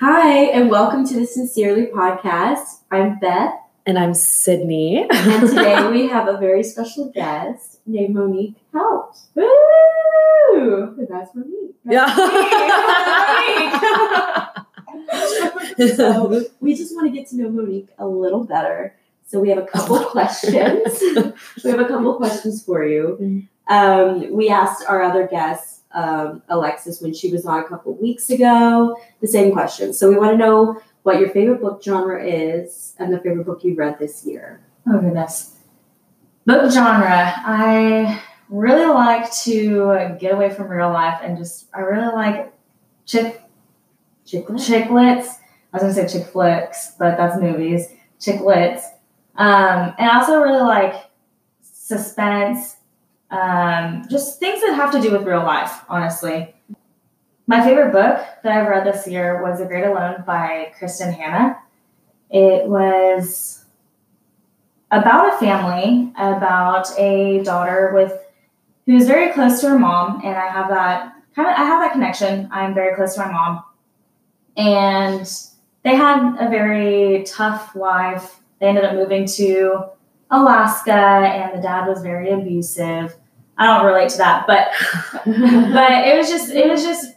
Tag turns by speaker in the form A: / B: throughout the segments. A: and welcome to the Sincerely podcast. I'm Beth,
B: And I'm Sydney.
A: and today we have a very special guest named Monique Help. Woo! That's Monique. That's Monique.
B: yeah.
A: so we just want to get to know Monique a little better. So we have a couple questions. we have a couple questions for you. Um, we asked our other guest, um, Alexis, when she was on a couple weeks ago, the same question. So we want to know what your favorite book genre is and the favorite book you read this year.
C: Oh goodness. Book genre. I really like to get away from real life and just I really like chick
A: Chick lit?
C: chick lits. Mm-hmm. I was gonna say chick flicks, but that's movies. Chick lits. Um, and I also really like suspense. Um, just things that have to do with real life, honestly. My favorite book that I've read this year was The Great Alone by Kristen Hanna. It was about a family, about a daughter with who's very close to her mom, and I have that kind of I have that connection. I'm very close to my mom, and they had a very tough life. They ended up moving to Alaska, and the dad was very abusive. I don't relate to that, but but it was just it was just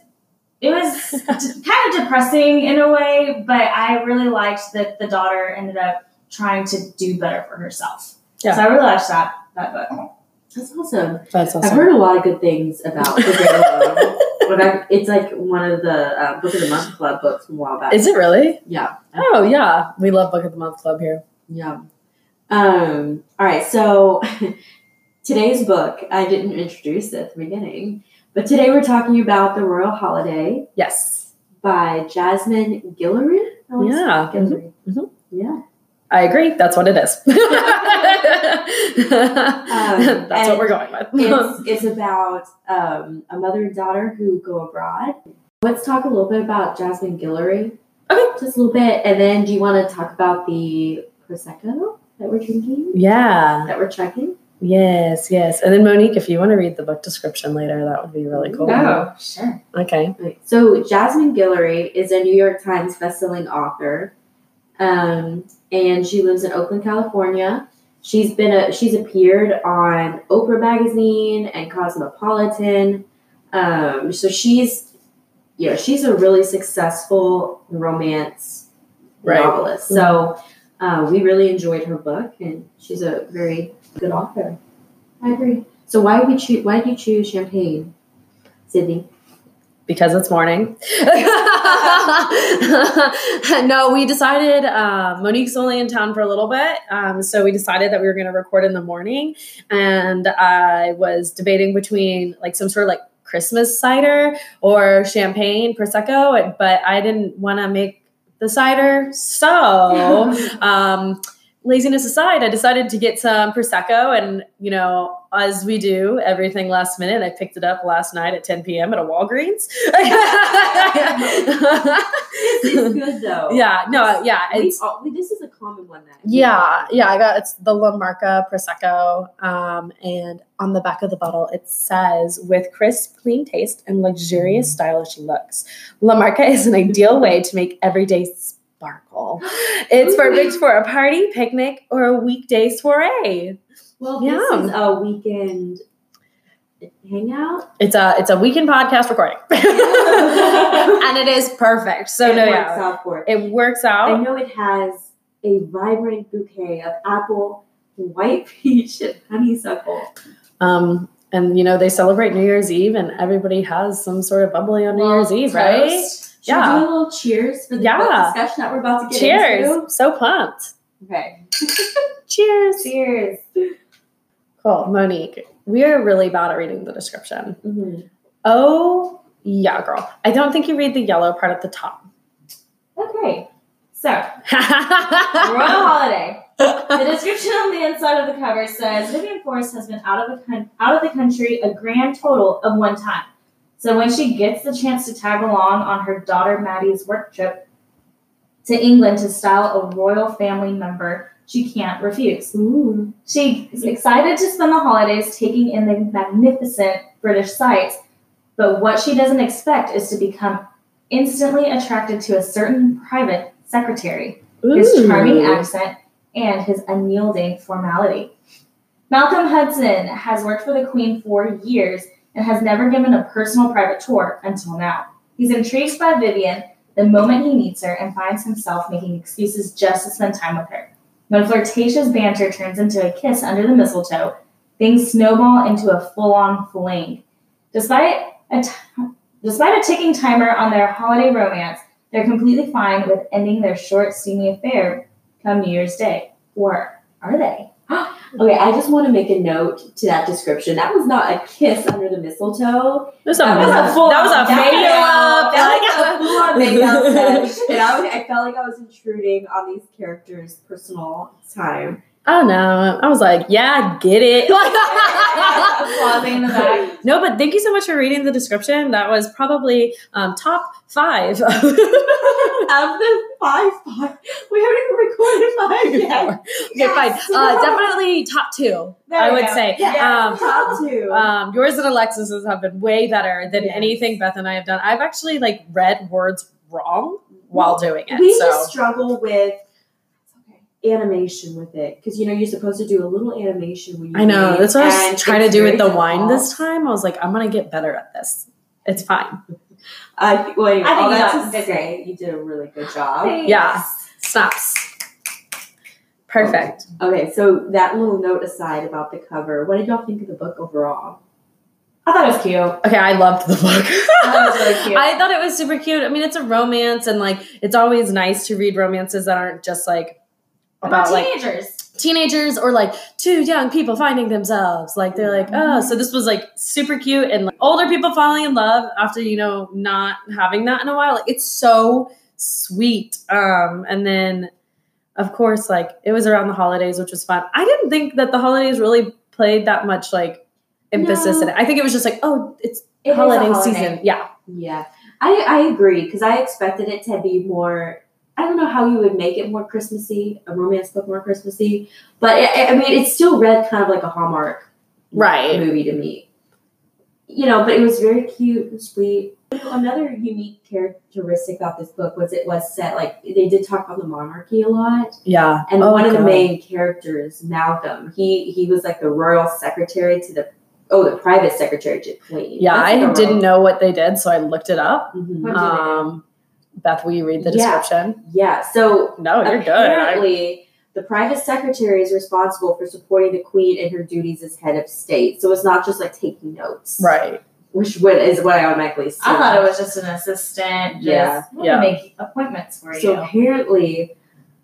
C: it was kind of depressing in a way but i really liked that the daughter ended up trying to do better for herself
B: Yeah.
C: so i really liked that that book
A: That's awesome.
B: That's
A: I've
B: awesome.
A: heard a lot of good things about the Great Alone. But I- it's like one of the uh, Book of the Month Club books from a while back.
B: Is it really?
A: yeah.
B: Oh yeah. We love Book of the Month Club here.
A: Yeah. Um, all right, so today's book, I didn't introduce it at the beginning, but today we're talking about The Royal Holiday
B: Yes.
A: by Jasmine Guillory. I wanna say
B: Yeah.
A: Guillory.
B: Mhm,
A: Yeah.
B: I agree. That's what it is.
A: Um,
B: That's what
A: and
B: we're going with.
A: It's, it's about um, a mother and daughter who go abroad. Let's talk a little bit about Jasmine Guillory.
B: Okay.
A: Just a little bit, and then do you want to talk about the Prosecco that we're drinking,
B: yeah.
A: that we're checking?
B: Yes, yes. And then Monique, if you want to read the book description later, that would be really cool.
A: Oh,
C: sure
B: Okay.
A: Right. So Jasmine Guillory is a New York Times bestselling author, um, and she lives in Oakland, California. She's been a she's appeared on Oprah magazine and Cosmopolitan. Um, so she's you know she's a really successful romance
B: Right.
A: novelist. So uh, we really enjoyed her book, and she's a very good author. I agree. So why we choose? Why did you choose champagne, Sydney?
B: because it's morning. no, we decided uh, Monique's only in town for a little bit, um, so we decided that we were going to record in the morning. And I was debating between like some sort of like Christmas cider or champagne prosecco, but I didn't want to make the cider, so um, laziness aside, I decided to get some prosecco, and you know, as we do everything last minute, I picked it up last night at 10 p.m. at a Walgreens.
A: it's good though.
B: yeah, no, yeah,
A: We
B: it's
A: all- we- this is a common one that.
B: yeah, yeah. I got it's the La Marca prosecco, um, and on the back of the bottle it says, "With crisp, clean taste and luxurious,
A: Mm.
B: stylish looks, La Marca is an ideal way to make everyday sparkle." It's perfect for a party, picnic, or a weekday soiree.
A: Well,
B: Yeah.
A: this is a weekend hangout.
B: It's a it's a weekend podcast recording, and it is perfect. So
A: It
B: no,
A: works
B: yeah, Oh.
A: out for it.
B: it works
A: I
B: out.
A: know it has a vibrant bouquet of apple, white peach, and honeysuckle.
B: Um, and you know they celebrate New Year's Eve, and everybody has some sort of bubbly on New Year's Eve, right?
A: Should we do
B: Yeah.
A: a little cheers for the
B: Yeah.
A: book discussion that we're about to get
B: Cheers!
A: into?
B: So pumped.
A: Okay.
B: Cheers.
A: Cheers.
B: Cool, Monique. We are really bad at reading the description.
A: Mhm.
B: Oh yeah, girl. I don't think you read the yellow part at the top.
C: okay so royal holiday the description on the inside of the cover says Vivian Forrest has been out of the coun- out of the country a grand total of one time. So when she gets the chance to tag along on her daughter Maddie's work trip to England to style a royal family member, she can't refuse.
B: Mm-hmm.
A: Ooh.
C: She is excited to spend the holidays taking in the magnificent British sights, but what she doesn't expect is to become instantly attracted to a certain private secretary, his charming accent, and his unyielding formality. Malcolm Hudson has worked for the Queen for years and has never given a personal private tour until now. He's intrigued by Vivian the moment he meets her and finds himself making excuses just to spend time with her. When flirtatious banter turns into a kiss under the mistletoe, things snowball into a full-on fling. Despite a t- despite a ticking timer on their holiday romance, they're completely fine with ending their short, steamy affair come New Year's Day. Or are they?
A: Okay, I just want to make a note to that description. That was not a kiss under the mistletoe.
B: That's
A: That was
B: a
A: a full-
B: full. That was a
A: that was
B: video
A: a-
B: up.
A: That was a full-on makeout session. And I, was- I felt like I was intruding on these characters' personal time.
B: I don't know. Oh, I was like, yeah, get it.
C: Flopping in the back.
B: no, but thank you so much for reading the description. That was probably um, top five.
A: Of the five, five, we haven't even recorded five yet.
B: Okay, fine.
A: Yes.
B: Uh, definitely top two.
C: There
B: I
C: we
B: would
C: go.
B: say.
A: Yeah,
B: Um,
A: top two.
B: Um, yours and Alexis's have been way better than
A: Yes.
B: anything Beth and I have done. I've actually like read words wrong while doing it.
A: we
B: so
A: just struggle with animation with it because you know you're supposed to do a little animation when you.
B: I know
A: read,
B: that's what I
A: and
B: was trying to
A: it's
B: do with
A: very
B: the wine
A: difficult.
B: this time. I was like, I'm gonna get better at this. It's fine.
A: I think- well, anyway,
C: I think
A: all
C: you
A: that
C: got
A: to
C: it.
A: say, you did a really good job.
C: Thanks.
B: Yeah. Snaps. Perfect.
A: Okay, so that little note aside about the cover, what did y'all think of the book overall?
C: I thought it was cute. I
B: Okay, I loved the book.
C: thought it was really cute.
B: I thought it was super cute. I mean, it's a romance, and like, it's always nice to read romances that aren't just like
C: about
B: about like
C: teenagers.
B: teenagers or like two young people finding themselves. Like they're like, oh, so this was like super cute and like older people falling in love after, you know, not having that in a while. Like it's so sweet. Um, and then of course, like it was around the holidays, which was fun. I didn't think that the holidays really played that much like emphasis in it. I think it was just like, oh, it's
C: It is a
B: holiday,
C: holiday.
B: season. Yeah.
A: Yeah, I, I agree because I expected it to be more. I don't know how you would make it more Christmassy, a romance book more Christmassy, but I- I mean, it still read kind of like a Hallmark
B: Right.
A: movie to me. You know, but it was very cute and sweet. Another unique characteristic about this book was it was set like they did talk about the monarchy a lot.
B: Yeah.
A: And
B: one
A: one of the main characters, Malcolm, he he was like the royal secretary to the oh the private secretary to the queen.
B: Yeah, I didn't know what they did, so I looked it up.
A: hmm
C: What did they do?
B: Um, Beth, will you read the
A: Yeah.
B: description?
A: Yeah, so
B: No, Oh, you're good. I-
A: apparently the private secretary is responsible for supporting the queen in her duties as head of state. So it's not just like taking notes,
B: right.
A: Which would, is what I automatically. Assume.
C: I thought it was just an assistant. Just,
A: Yeah.
C: we'll
B: Yeah.
C: Make appointments for you.
A: So apparently,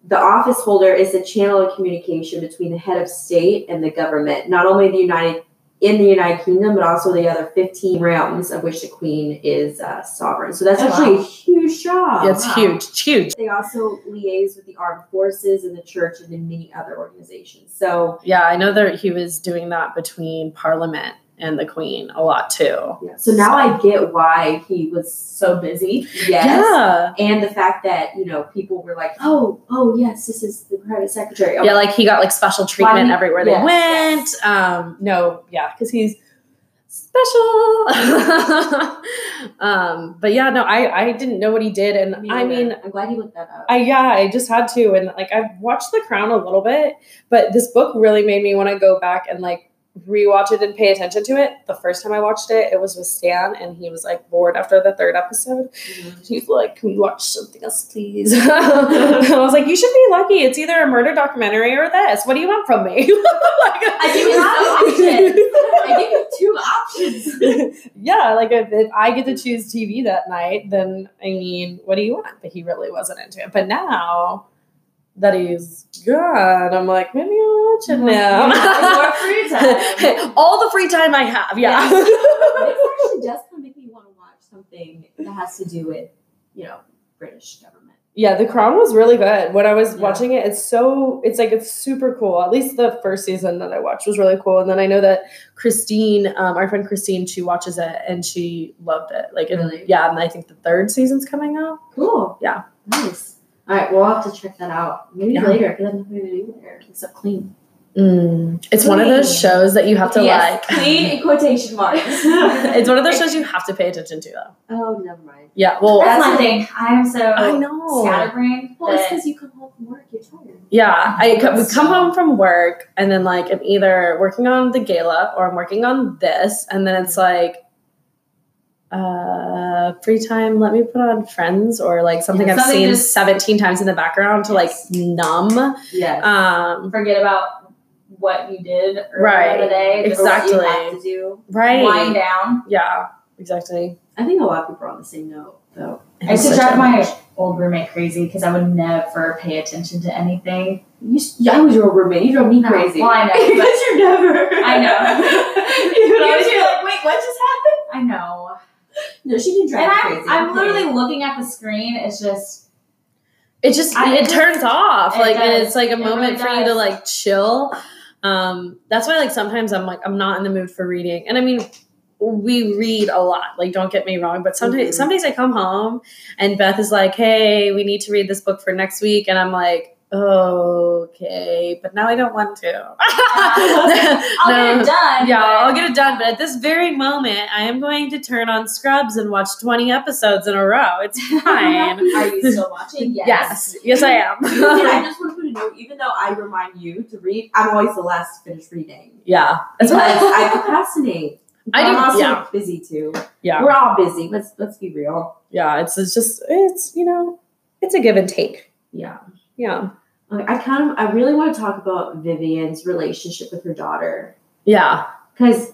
A: the office holder is the channel of communication between the head of state and the government, not only the United in the United Kingdom, but also the other 15 realms of which the Queen is uh, sovereign. So that's
C: Oh,
A: actually a huge job.
B: it's
C: wow.
B: huge. It's huge.
A: They also liaise with the armed forces and the church and then many other organizations. So
B: Yeah, I know that he was doing that between Parliament and the Queen a lot too.
A: so now I get why he was
C: so busy.
A: yes.
B: Yeah.
A: And the fact that, you know, people were like, oh, oh, yes, this is the private secretary. Oh,
B: Yeah, like he got like special treatment
A: he-
B: everywhere
A: yes,
B: they went. Um, no, yeah, because he's special. um, but yeah, no, I I didn't know what he did, and I mean,
A: I'm glad you looked that up.
B: I yeah, I just had to, and like I've watched The Crown a little bit, but this book really made me want to go back and like rewatch it and pay attention to it. The first time I watched it, it was with Stan, and he was like bored after the third episode. He's like, "Can we watch something else, please?" I was like, "You should be lucky. It's either a murder documentary or this. What do you want from me?"
A: I give you I give you two options.
B: yeah, like if, if I get to choose TV that night, then I mean, what do you want? But he really wasn't into it. But now that he's gone, I'm like, maybe I'll watch it now.
C: Mm-hmm. More free time.
B: All the free time I have, yeah.
A: This actually does kind of make me want to watch something that has to do with, you know, British government.
B: yeah, The Crown was really good. When I was
A: Yeah.
B: watching it, it's so it's like it's super cool. At least the first season that I watched was really cool. And then I know that Christine, um, our friend Christine, she watches it and she loved it. Like, and-
A: Really?
B: yeah. And I think the third season's coming out.
A: Cool.
B: Yeah.
A: Nice. All right, we'll I'll have to check that out maybe
B: Yeah.
A: later because I'm not going to do later except clean.
B: Mm. It's one of those
C: Clean.
B: shows that you have to
A: yes,
B: like.
A: clean in quotation marks.
B: it's one of those shows you have to pay attention to, though.
A: oh, never mind.
B: Yeah. Well,
C: That's my thing. I am so
B: I know.
C: scatterbrained.
A: Well, it's
C: that-
A: because you come home from work, you're tired.
B: Yeah, I co-
C: Yes.
B: come home from work and then like I'm either working on the gala or I'm working on this, and then it's like uh free time. Let me put on Friends or like something
C: Yeah,
B: I've
C: something
B: seen
C: just-
B: seventeen times in the background to like
C: Yes.
B: numb.
A: Yes.
B: Um,
C: forget about what you did earlier in
B: Right.
C: the day. Just
A: Or what you
B: exactly.
A: have to do.
B: right?
C: Wind down.
B: Yeah, exactly.
A: I think a lot of people are on the same note, though.
C: I used to
B: Such
C: drive
B: a-
C: my old roommate crazy because I would never pay attention to anything.
A: You, s- yeah, I was your roommate. You drove me
C: No,
A: crazy.
C: well, I know,
A: because
C: but-
A: you're never.
C: I know.
A: you would
C: You
A: always
C: two-
A: be like, wait, what just happened?
C: I know.
A: No, she didn't drive
C: And
A: me
C: I'm,
A: crazy.
C: I'm
A: okay.
C: literally looking at the screen. It's just,
B: It just
C: I-
B: it turns off.
C: It
B: like
C: does.
B: it's like a
C: It
B: moment
C: really
B: for you to
C: does.
B: like chill. Um, that's why like sometimes I'm like I'm not in the mood for reading, and I mean we read a lot. Like don't get me wrong, but sometimes
C: Mm-hmm.
A: Mhm.
B: some days I come home and Beth is like, "Hey, we need to read this book for next week," and I'm like. Okay, but now I don't want to.
C: I'll get
B: No.
C: it done.
B: Yeah, I'll
C: but-
B: get it done. But at this very moment, I am going to turn on Scrubs and watch 20 episodes in a row. It's fine.
C: Are you still watching? Yes.
B: yes. yes, I
A: And I
B: am.
A: just want to put a note, even though I remind you to read, I'm always the last to finish reading.
B: yeah, that's
A: Because
B: why
A: I procrastinate.
B: I
A: am
B: do-
A: also
B: yeah.
A: busy too.
B: Yeah,
A: We're all busy. Let's let's be real.
B: yeah. It's, it's just it's you know it's a give and take.
A: Yeah.
B: Yeah,
A: Like, I kind of I really want to talk about Vivian's relationship with her daughter.
B: yeah,
A: because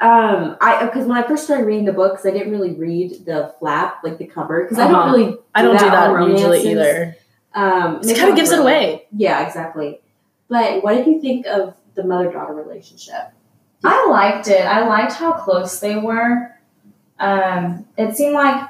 A: um i because when i first started reading the books i didn't really read the flap like the cover because i
B: Uh-huh.
A: don't really
B: I don't do
A: That
B: that
A: romances-
B: usually either.
A: um
B: It kind of gives it away.
A: yeah exactly but what did you think of the mother-daughter relationship
C: I liked it. I liked how close they were. Um, it seemed like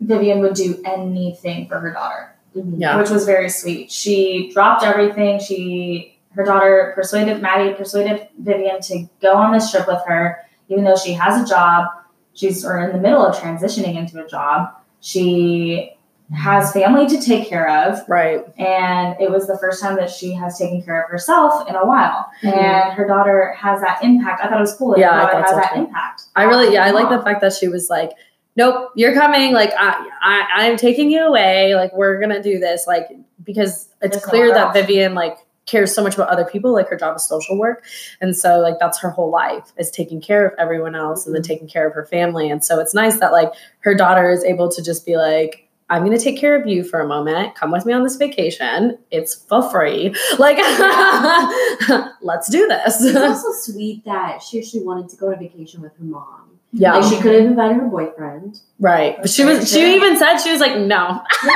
C: Vivian would do anything for her daughter,
B: Yeah.
C: which was very sweet. She dropped everything. She her daughter persuaded Maddie persuaded Vivian to go on this trip with her, even though she has a job. She's or in the middle of transitioning into a job. She has family to take care of
B: Right.
C: and it was the first time that she has taken care of herself in a while
B: Mhm.
C: and her daughter has that impact i thought it was cool that
B: Yeah, I
C: her daughter
B: thought
C: has
B: so,
C: that
B: too.
C: impact
B: I really yeah I like
C: Wow.
B: the fact that she was like, nope, you're coming. Like I I I'm taking you away. Like we're gonna do this. Like because it's
C: That's
B: clear
C: all
B: that
C: about-
B: Vivian like cares so much about other people like her job is social work and so like that's her whole life is taking care of everyone else and then taking care of her family and so it's nice that like her daughter is able to just be like i'm going to take care of you for a moment come with me on this vacation it's for free like let's do
A: it's
B: this
A: also sweet that she actually wanted to go on vacation with her mom
B: yeah
A: like she could have invited her boyfriend
B: right but she was she even said she was like no
C: yeah.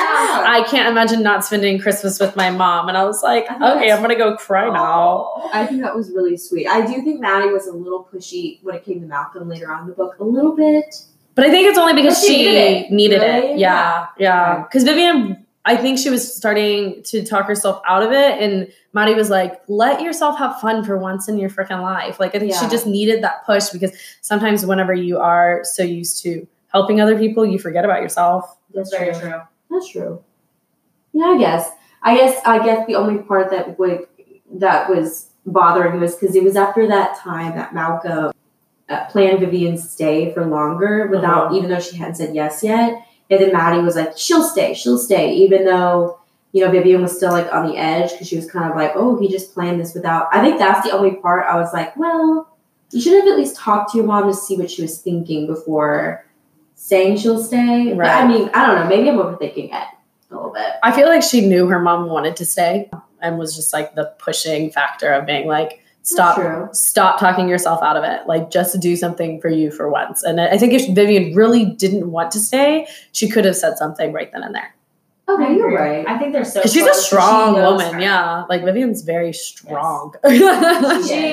B: i can't imagine not spending christmas with my mom and i was like
A: I think
B: okay
A: that's-
B: i'm going to go cry now
A: i think that was really sweet i do think maddie was a little pushy when it came to malcolm later on in the book a little bit
B: But I think it's only because
C: But she
B: she needed
C: needed
B: it.
A: Really?
B: Yeah, yeah. Because Vivian, I think she was starting to talk herself out of it, and Maddie was like, "Let yourself have fun for once in your freaking life." Like I think she
A: Yeah.
B: just needed that push because sometimes whenever you are so used to helping other people, you forget about yourself.
C: that's very true
A: That's true. Yeah, I guess. I guess. I guess the only part that would that was bothering was because it was after that time that Malcolm uh, planned Vivian's stay for longer without, even though she hadn't said yes yet. And then Maddie was like, "She'll stay. She'll stay," even though you know Vivian was still like on the edge because she was kind of like, "Oh, he just planned this without." I think that's the only part I was like, "Well, you should have at least talked to your mom to see what she was thinking before." Saying she'll stay, But I
B: Right.
A: mean, I don't know. Maybe I'm overthinking it a little bit.
B: I feel like she knew her mom wanted to stay and was just like the pushing factor of being like, "Stop,
A: True.
B: stop talking yourself out of it. Like, just do something for you for once. And I I think if Vivian really didn't want to stay, she could have said something right then and there.
C: Oh,
A: Okay, you're
C: agree.
A: right.
C: i think they're so
B: Because she's a
C: close, and she
B: strong
C: knows
B: woman.
C: her.
B: Yeah. Like, Vivian's very strong.
C: she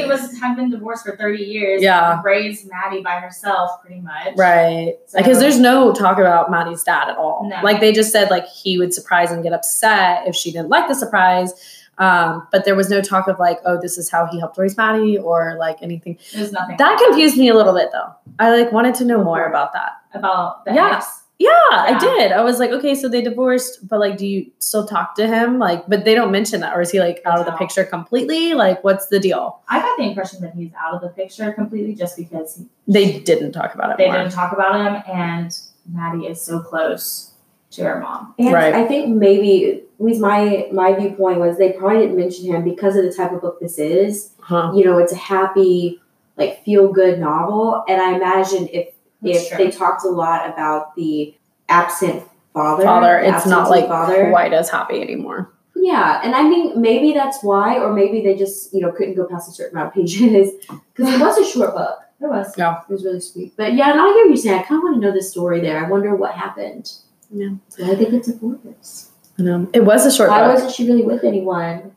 C: was had been divorced for 30 years
B: Yeah.
C: raised maddie by herself pretty much
B: right.
C: So-
B: Because there's no talk about Maddie's dad at all.
C: No.
B: Like, they just said, like, he would surprise and get upset if she didn't like the surprise. Um, but there was no talk of, like, oh, this is how he helped raise Maddie or, like, anything.
C: there's nothing
B: That confused me a little bit, though. I, like, wanted to know more about that.
C: about the
B: Yeah.
C: ex.
B: Yeah, I
C: Yeah.
B: did. I was like, okay, so they divorced, but like, do you still talk to him? Like, but they don't mention that, or is he like out of the
C: No.
B: picture completely? Like, what's the deal?
C: I got the impression that he's out of the picture completely just because he,
B: They didn't talk about it
C: they
B: more.
C: didn't talk about him, and Maddie is so close to her mom.
A: And
B: Right.
A: I think maybe at least my my viewpoint was they probably didn't mention him because of the type of book this is.
B: Huh.
A: You know, it's a happy, like feel good novel, and I imagine if
C: That's
A: if
C: true.
A: they talked a lot about the absent father,
B: Father,
A: the
B: it's not
A: absentee
B: like
A: father.
B: quite as happy anymore.
A: Yeah, and I mean maybe that's why, or maybe they just you know couldn't go past a certain amount of pages because it was a short book.
C: It was.
B: Yeah.
A: It was really sweet, but yeah, and I hear you saying I kind of want to know the story there. I wonder what happened.
B: Yeah.
A: so I think it's a fortress.
B: No, Um, it was a short
A: Why
B: book
A: wasn't she really with anyone?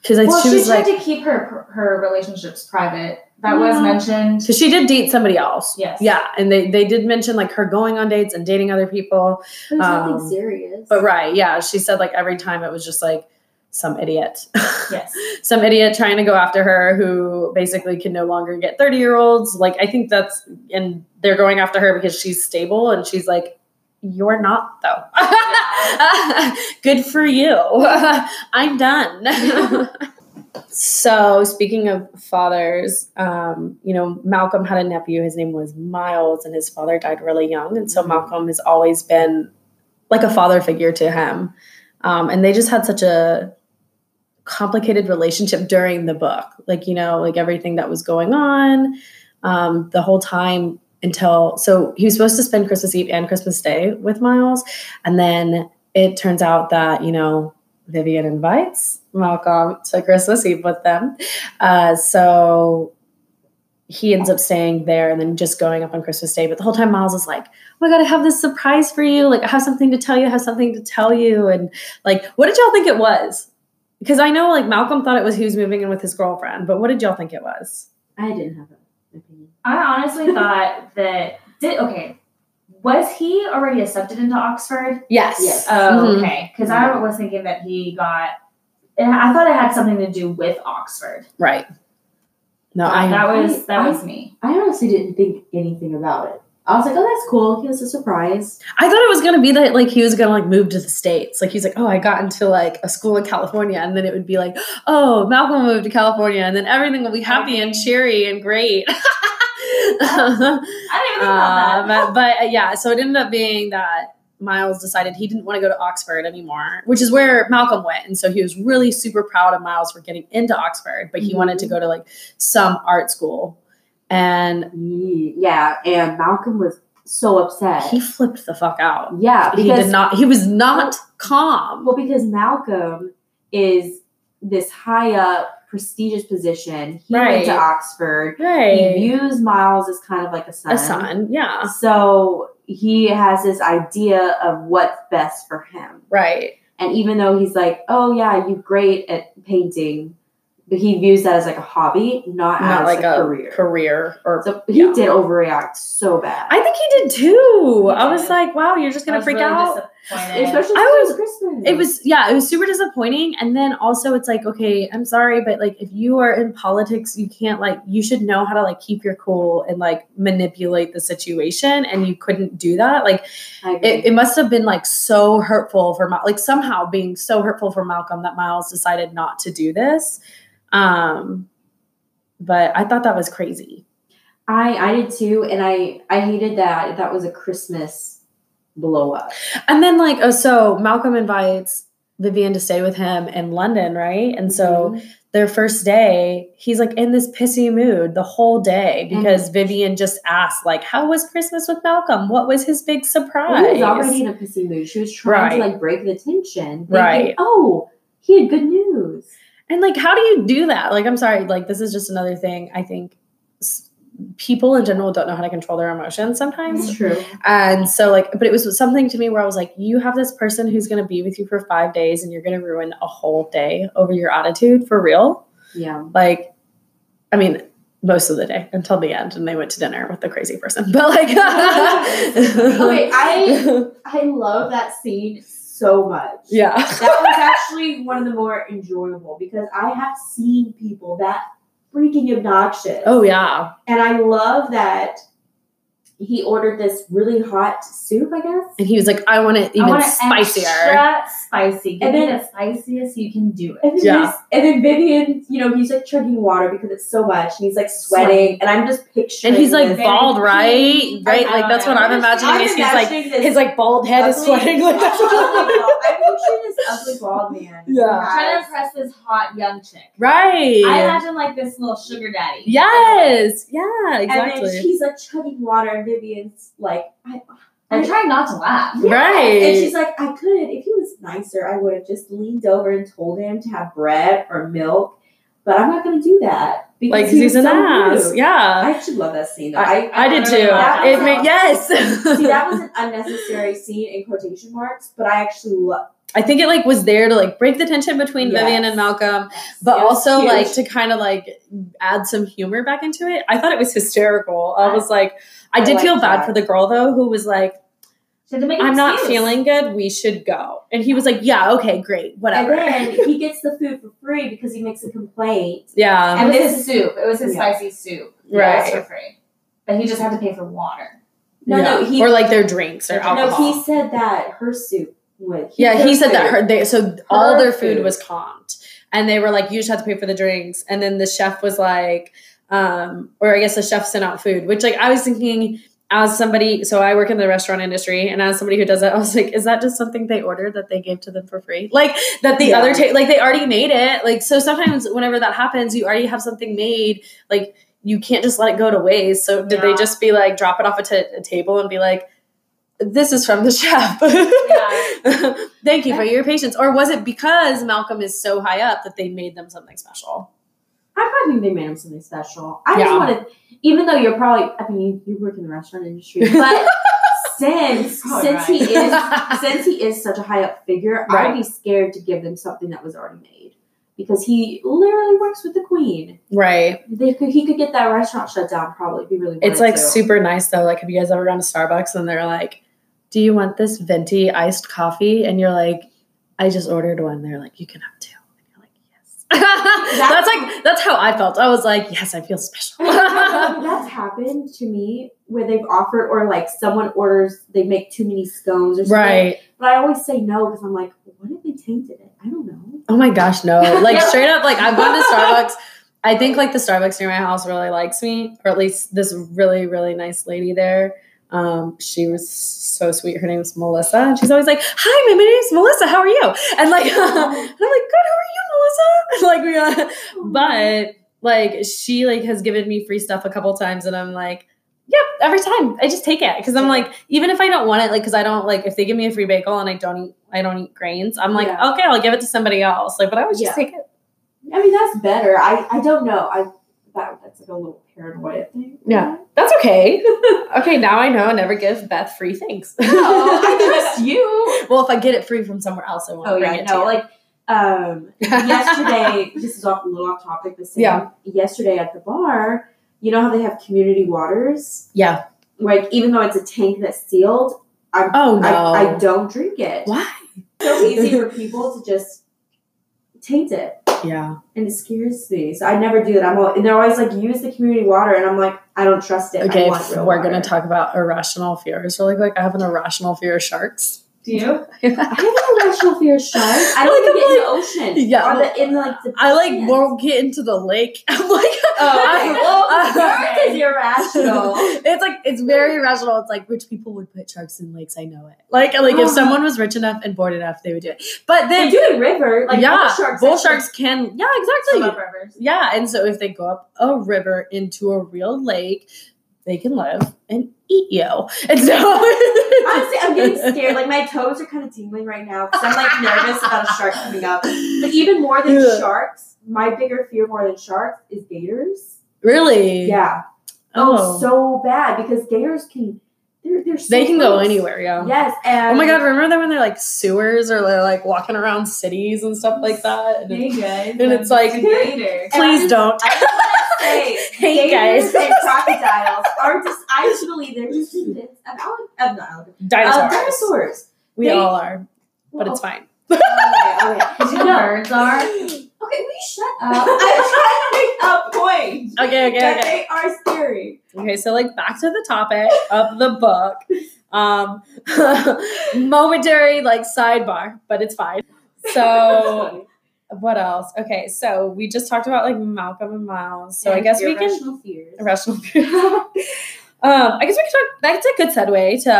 B: because like,
C: well,
B: she
C: she,
B: was like,
C: tried to keep her her relationships private. That was
A: Yeah.
C: mentioned.
B: because she did date somebody else.
C: Yes.
B: Yeah, and they they did mention like her going on dates and dating other people.
A: It was
B: Um,
A: nothing serious.
B: But right, yeah, she said like every time it was just like some idiot.
C: Yes.
B: some idiot trying to go after her who basically can no longer get 30 year olds. Like, I think that's, and they're going after her because she's stable and she's like, you're not though. Good for you. I'm done. so, speaking of fathers, um, you know, Malcolm had a nephew. His name was Miles, and his father died really young. And so, Malcolm has always been like a father figure to him. Um, and they just had such a complicated relationship during the book. Like, you know, like everything that was going on um, the whole time until so he was supposed to spend Christmas Eve and Christmas Day with Miles. And then it turns out that, you know, Vivian invites Malcolm to Christmas Eve with them. Uh, so he ends up staying there and then just going up on Christmas Day. But the whole time, Miles is like, oh my God, I have this surprise for you. Like, I have something to tell you. I have something to tell you. And like, what did y'all think it was? Because I know like Malcolm thought it was he was moving in with his girlfriend, but what did y'all think it was?
A: I didn't have an opinion.
C: I honestly thought that did okay. Was he already accepted into Oxford?
B: Yes.
A: Yes.
C: Oh,
B: Um,
A: Mm-hmm.
C: okay. Because I was thinking that he got. And I thought it had something to do with Oxford.
B: Right. No, I
C: that was that
A: I-
C: was me.
A: I honestly didn't think anything about it. I was like, oh, that's cool. He was a surprise.
B: I thought it was gonna be that like he was gonna like move to the states. Like he's like, oh, I got into like a school in California, and then it would be like, oh, Malcolm moved to California, and then everything will be happy and cheery and great.
C: I didn't even think about
B: um,
C: that.
B: but uh, yeah, so it ended up being that Miles decided he didn't want to go to Oxford anymore, which is where Malcolm went. And so he was really super proud of Miles for getting into Oxford, but he wanted to go to like some art school. And
A: Ye- Yeah, and Malcolm was so upset.
B: he flipped the fuck out.
A: yeah,
B: he
A: because
B: did not he was not calm
A: well, because Malcolm is this high up, prestigious position. He went to
B: Right.
A: Oxford. He
B: right
A: views Miles as kind of like a son.
B: a son yeah
A: um, So he has this idea of what's best for him.
B: right
A: And even though he's like, oh yeah, you're great at painting, but he views that as like a hobby, not,
B: not
A: as
B: like a
A: career.
B: career or
A: So he
B: Yeah.
A: did overreact so bad.
B: i think he did too
C: He
B: i was
C: did.
B: like wow you're just
C: I
B: gonna
C: was
B: freak
C: really
B: out
C: disappointed.
A: Especially
B: I
A: since
B: was-
A: it was Christmas.
B: it was yeah it was super disappointing and then also it's like okay i'm sorry but like if you are in politics you can't like you should know how to like keep your cool and like manipulate the situation and you couldn't do that like
A: I agree.
B: it, it must have been like so hurtful for Mal- like somehow being so hurtful for Malcolm that Miles decided not to do this. Um, but I thought that was crazy.
A: I I did too, and I I hated that that was a Christmas blow up.
B: And then like oh, so Malcolm invites Vivian to stay with him in London, right? And so their first day, he's like in this pissy mood the whole day because Vivian just asked like, "How was Christmas with Malcolm? What was his big surprise?"
A: Well, he was already in a pissy mood. She was trying to
B: Right.
A: like break the tension. thinking,
B: Right.
A: Oh, he had good news.
B: And like, how do you do that? Like, I'm sorry, like, this is just another thing. I think s- people in general don't know how to control their emotions sometimes.
A: That's true.
B: And so, like, but it was something to me where I was like, you have this person who's going to be with you for five days and you're going to ruin a whole day over your attitude for real.
A: Yeah.
B: Like, I mean, most of the day until the end. And they went to dinner with the crazy person. But like,
A: Okay, Oh, I I love that scene so much.
B: yeah.
A: that was actually one of the more enjoyable because I have seen people that freaking obnoxious.
B: Oh, yeah.
A: And I love that he ordered this really hot soup, I guess.
B: And he was like, I want it
C: I
B: even
C: want it
B: spicier.
C: Extra spicy. Give
A: And
C: me
A: then-
C: the spiciest you can do it.
A: And then,
B: Yeah.
A: there's- and then Vivian, you know, he's like chugging water because it's so much, and he's like sweating, and I'm just picturing.
B: And he's like
A: this.
C: Very
B: bald, right?
C: cute.
B: Right?
C: I
B: Like
C: don't
B: that's
C: know.
B: what I'm
C: I'm
B: imagining. Is he's like
A: imagining this
B: his like bald head is
A: ugly-
B: sweating. Like that's what
A: ugly bald- I'm picturing this ugly bald man.
B: Yeah.
A: who
C: I'm trying to
A: has-
C: impress this hot young chick. I
B: right.
C: imagine like this little sugar daddy.
B: Yes. Yeah.
A: And then
B: Exactly.
A: she's like chugging water, and Vivian's like, I,
C: I'm trying not to laugh.
A: Yeah.
B: Right.
A: And she's like, I couldn't. If he was nicer, I would have just leaned over and told him to have bread or milk. But I'm not going to do that because
B: Like 'cause
A: he
B: he's
A: was
B: an
A: so
B: ass.
A: rude.
B: Yeah.
A: I should love that scene. though. I,
B: I, I did too.
A: That
B: It
A: was
B: made
A: awesome. see
B: yes.
A: that was an unnecessary scene in quotation marks, but I actually love.
B: I think it like was there to like break the tension between
A: Yes.
B: Vivian and Malcolm,
A: It
B: but
A: was
B: also
A: huge.
B: like to kind of like add some humor back into it. I thought it was hysterical. I was like, I
A: I
B: did feel
A: liked
B: bad
A: that.
B: for the girl though, who was like,
C: She had to make an
B: I'm not
C: excuse.
B: feeling good. We should go. And he was like, Yeah, okay, great, whatever.
A: And then he gets the food for free because he makes a complaint.
B: yeah,
C: It was
A: And
C: his soup. It was his
A: Yeah.
C: spicy soup.
B: Right.
C: Yes, for free. But he just had to pay for water.
A: No,
B: yeah.
A: no, he
B: or like their drinks or
A: no,
B: alcohol.
A: he said that her soup was.
B: yeah, he
A: her
B: said that
A: soup.
B: her they so all
A: Her
B: their food,
A: food.
B: was comped, and they were like, "You just have to pay for the drinks." And then the chef was like, um, or I guess the chef sent out food, which like I was thinking. As somebody, so I work in the restaurant industry, and as somebody who does that, I was like, is that just something they ordered that they gave to them for free? Like that the
A: Yeah.
B: other ta- like they already made it. Like so, sometimes whenever that happens, you already have something made. Like you can't just let it go to waste. So did they
C: Yeah.
B: just be like drop it off at a table and be like, this is from the chef?
C: Yeah.
B: Thank you for your patience. Or was it because Malcolm is so high up that they made them something special?
A: I probably think they made him something special. I
B: Yeah.
A: just want to, even though you're probably, I mean, you, you work in the restaurant industry, but since
C: Probably
A: since he
B: right.
A: is since he is such a high up figure,
B: Right.
A: I'd be scared to give them something that was already made because he literally works with the queen.
B: Right.
A: They could, he could get that restaurant shut down probably if he really. wanted
B: It's like
A: to.
B: super nice though. Like, have you guys ever gone to Starbucks and they're like, do you want this venti iced coffee? And you're like, I just ordered one. They're like, you can have two. And you're like, yes. that's like, that's how I felt. I was like, yes, I feel special.
A: That's happened to me where they've offered or like someone orders they make too many scones or something.
B: right.
A: But I always say no because I'm like, what if they tainted it? I don't know.
B: Oh my gosh, no. Like,
C: Yeah.
B: straight up, like, I've gone to Starbucks. I think, like, the Starbucks near my house really likes me, or at least this really, really nice lady there. Um, she was so sweet. Her name's Melissa. And she's always like, Hi, my name's Melissa. How are you? And, like, and I'm like, Good. How are you, Melissa? like, we, uh, but like she like has given me free stuff a couple times and i'm like yep every time i just take it because i'm like even if i don't want it like because i don't like if they give me a free bagel and i don't eat i don't eat grains i'm like
A: Yeah.
B: okay i'll give it to somebody else like but i would just
A: Yeah.
B: take it
A: I mean, that's better. I, I don't know. I that, that's like a little paranoid thing.
B: Yeah. that's okay okay now i know I never give beth free things
A: No, Oh, I trust you.
B: well if i get it free from somewhere else i won't
A: Oh
B: bring
A: yeah,
B: it to
A: no,
B: you.
A: like um yesterday. this is off a little off topic, but Sam,
B: Yeah.
A: yesterday at the bar, you know how they have community waters.
B: Yeah.
A: Like even though it's a tank that's sealed,
B: oh no
A: I, I don't drink it.
B: why
A: It's so easy for people to just taint it.
B: yeah
A: And it scares me. So I never do that. I'm all, and they're always like, use the community water. And I'm like, I don't trust it. I
B: okay
A: want real
B: we're
A: water.
B: gonna talk about irrational fears really quick i have an irrational fear of sharks
C: Do you?
A: I have an irrational fear of sharks. I don't
B: Like,
A: think
B: I'm
A: it's in the ocean.
B: Yeah.
A: Or the, in like the.
B: I like
A: Yeah.
B: won't get into the lake. I'm like,
A: Oh, okay.
B: I-
A: well,
B: I-
A: yours is irrational.
B: it's like it's very irrational. It's like rich people would put sharks in lakes. I know it. Like, like if
A: Oh.
B: someone was rich enough and bored enough, they would do it. But
A: They
B: then,
A: do in river. Like
B: yeah,
A: bull sharks.
B: bull
A: actually-
B: sharks can. Yeah, exactly.
C: rivers.
B: Yeah, and so if they go up a river into a real lake, they can live and eat you. And so,
A: Honestly, I'm getting scared. Like my toes are kind of tingling right now because I'm like nervous about a shark coming up. But even more than
B: Yeah.
A: sharks, my bigger fear more than sharks is gators.
B: really,
A: Yeah.
B: Oh,
A: Oh, so bad because gators can. They're, they're so
B: they can go
A: close.
B: anywhere. Yeah.
A: Yes. And
B: Oh my god! Remember that when they're like sewers or they're like walking around cities and stuff like that. And
C: Hey guys.
B: And it's like-
C: later.
B: Please
A: And
B: don't.
A: I just wanna say,
B: Hey
A: gators
B: guys,
A: and crocodiles are just. I should believe they're descendants of alli- of not alligators, of
B: Uh,
A: Uh,
B: dinosaurs.
A: dinosaurs.
B: We
A: They-
B: all are, but it's fine.
A: okay, okay.
C: Did you know
A: No.
C: birds are?
A: Okay, will you shut up? I'm trying to make a point
B: Okay, okay,
A: that
B: okay.
A: they are scary.
B: Okay, so like back to the topic of the book. Um, momentary like sidebar, but it's fine. So what else? Okay, so we just talked about like Malcolm and Miles. So I guess we can
A: irrational fears.
B: irrational fear. um, I guess we can talk. That's a good segue to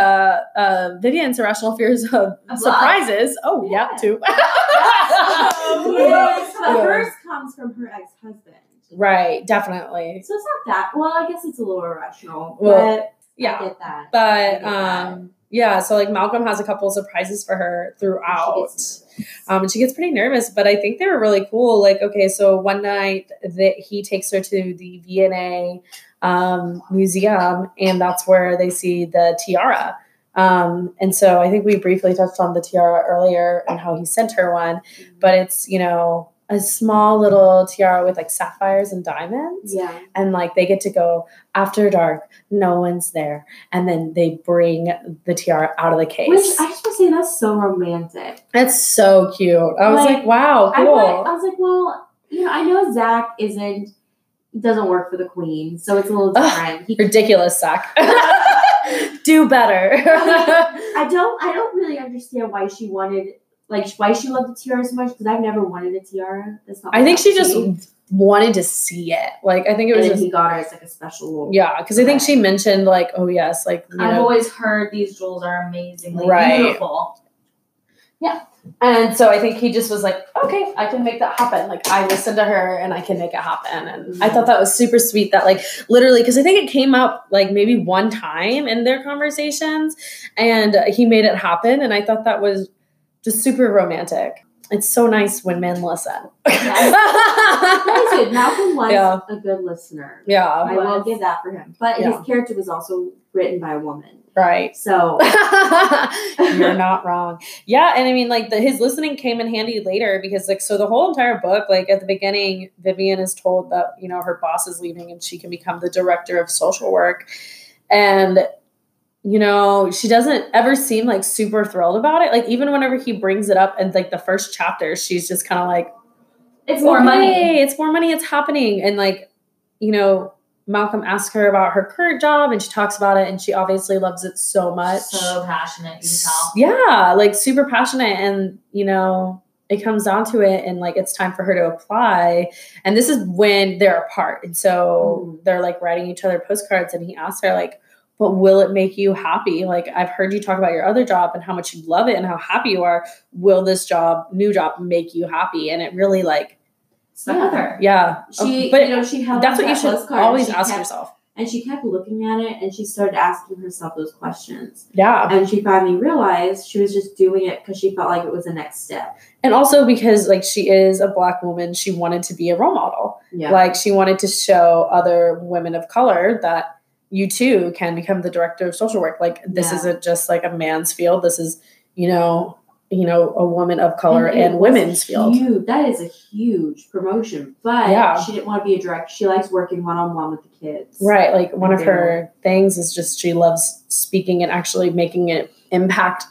B: uh, Vivian's irrational fears of
A: Of
B: surprises. Oh yeah,
A: Yeah.
B: too.
A: Um, yes, but
B: Yeah.
A: hers comes from her ex-husband.
B: right, definitely.
A: So it's not that. Well, I guess it's a little irrational.
B: Well,
A: but I
B: Yeah,
A: get that. I
B: but
A: get that.
B: um, yeah. So like Malcolm has a couple of surprises for her
A: She
B: throughout.
A: gets nervous.
B: Um, and she gets pretty nervous, but I think they were really cool. Like, okay, so one night that he takes her to the VNA um, museum, and that's where they see the tiara. Um, and so I think we briefly touched on the tiara earlier and how he sent her one, but it's you know a small little tiara with like sapphires and diamonds,
A: yeah,
B: and like they get to go after dark, no one's there, and then they bring the tiara out of the case.
A: which I just want to say that's so romantic.
B: That's so cute. I was
A: Like,
B: like, wow,
A: I,
B: cool.
A: wa- I was like, well, you know, I know Zach isn't doesn't work for the queen, so it's a little
B: Ugh,
A: different. He
B: Ridiculous sack. Do better.
A: I don't I don't really understand why she wanted like why she loved the tiara so much because I've never wanted a tiara. That's not
B: I
A: my
B: think she
A: cup of
B: just
A: tea.
B: wanted to see it. Like I think it was
A: and then
B: just
A: he got her as like a special little
B: yeah, because I think she mentioned like, oh yes, like you
C: I've
B: know.
C: always heard these jewels are amazingly
B: Right.
C: beautiful.
B: And so I think he just was like, okay, I can make that happen. Like I listen to her and I can make it happen. And I thought that was super sweet. That like literally because I think it came up like maybe one time in their conversations, and he made it happen. And I thought that was just super romantic. It's so nice when men listen.
A: That's good. Malcolm was
B: Yeah.
A: a good listener.
B: Yeah,
A: I will
C: Was.
A: give that for him. But
B: Yeah.
A: his character was also written by a woman.
B: right.
A: So
B: You're not wrong. Yeah, and I mean, like, the, his listening came in handy later because, like, so the whole entire book, like, at the beginning, Vivian is told that, you know, her boss is leaving and she can become the director of social work. And, you know, she doesn't ever seem, like, super thrilled about it. Like, even whenever he brings it up and, like, the first chapter, she's just kind of like,
C: It's more money.
B: It's more money. It's happening. And like, you know, Malcolm asks her about her current job and she talks about it and she obviously loves it so much.
C: So passionate, you can
B: S-
C: tell.
B: yeah, like super passionate. And, you know, it comes down to it and like it's time for her to apply. And this is when they're apart. And so
A: Mm-hmm.
B: they're like writing each other postcards and he asks her, like, but will it make you happy? Like I've heard you talk about your other job and how much you love it and how happy you are. Will this job, new job, make you happy? And it really like
C: Stuck with her.
B: yeah.
A: she
B: Oh, but
A: you know, she held
B: that's what
A: that
B: you should
A: postcard and
B: always
A: she
B: ask
A: kept-
B: yourself.
A: And she kept looking at it and she started asking herself those questions.
B: Yeah.
A: And she finally realized she was just doing it because she felt like it was the next step.
B: And also because like she is a black woman, she wanted to be a role model.
A: Yeah.
B: Like she wanted to show other women of color that you too can become the director of social work. Like this
A: Yeah.
B: isn't just like a man's field. This is, you know, you know, a woman of color
A: it
B: and,
A: was
B: women's field.
A: huge- That is a huge promotion, but
B: Yeah.
A: she didn't want to be a director. She likes working one on one with the kids.
B: Right. Like one of
A: Yeah.
B: her things is just she loves speaking and actually making an impact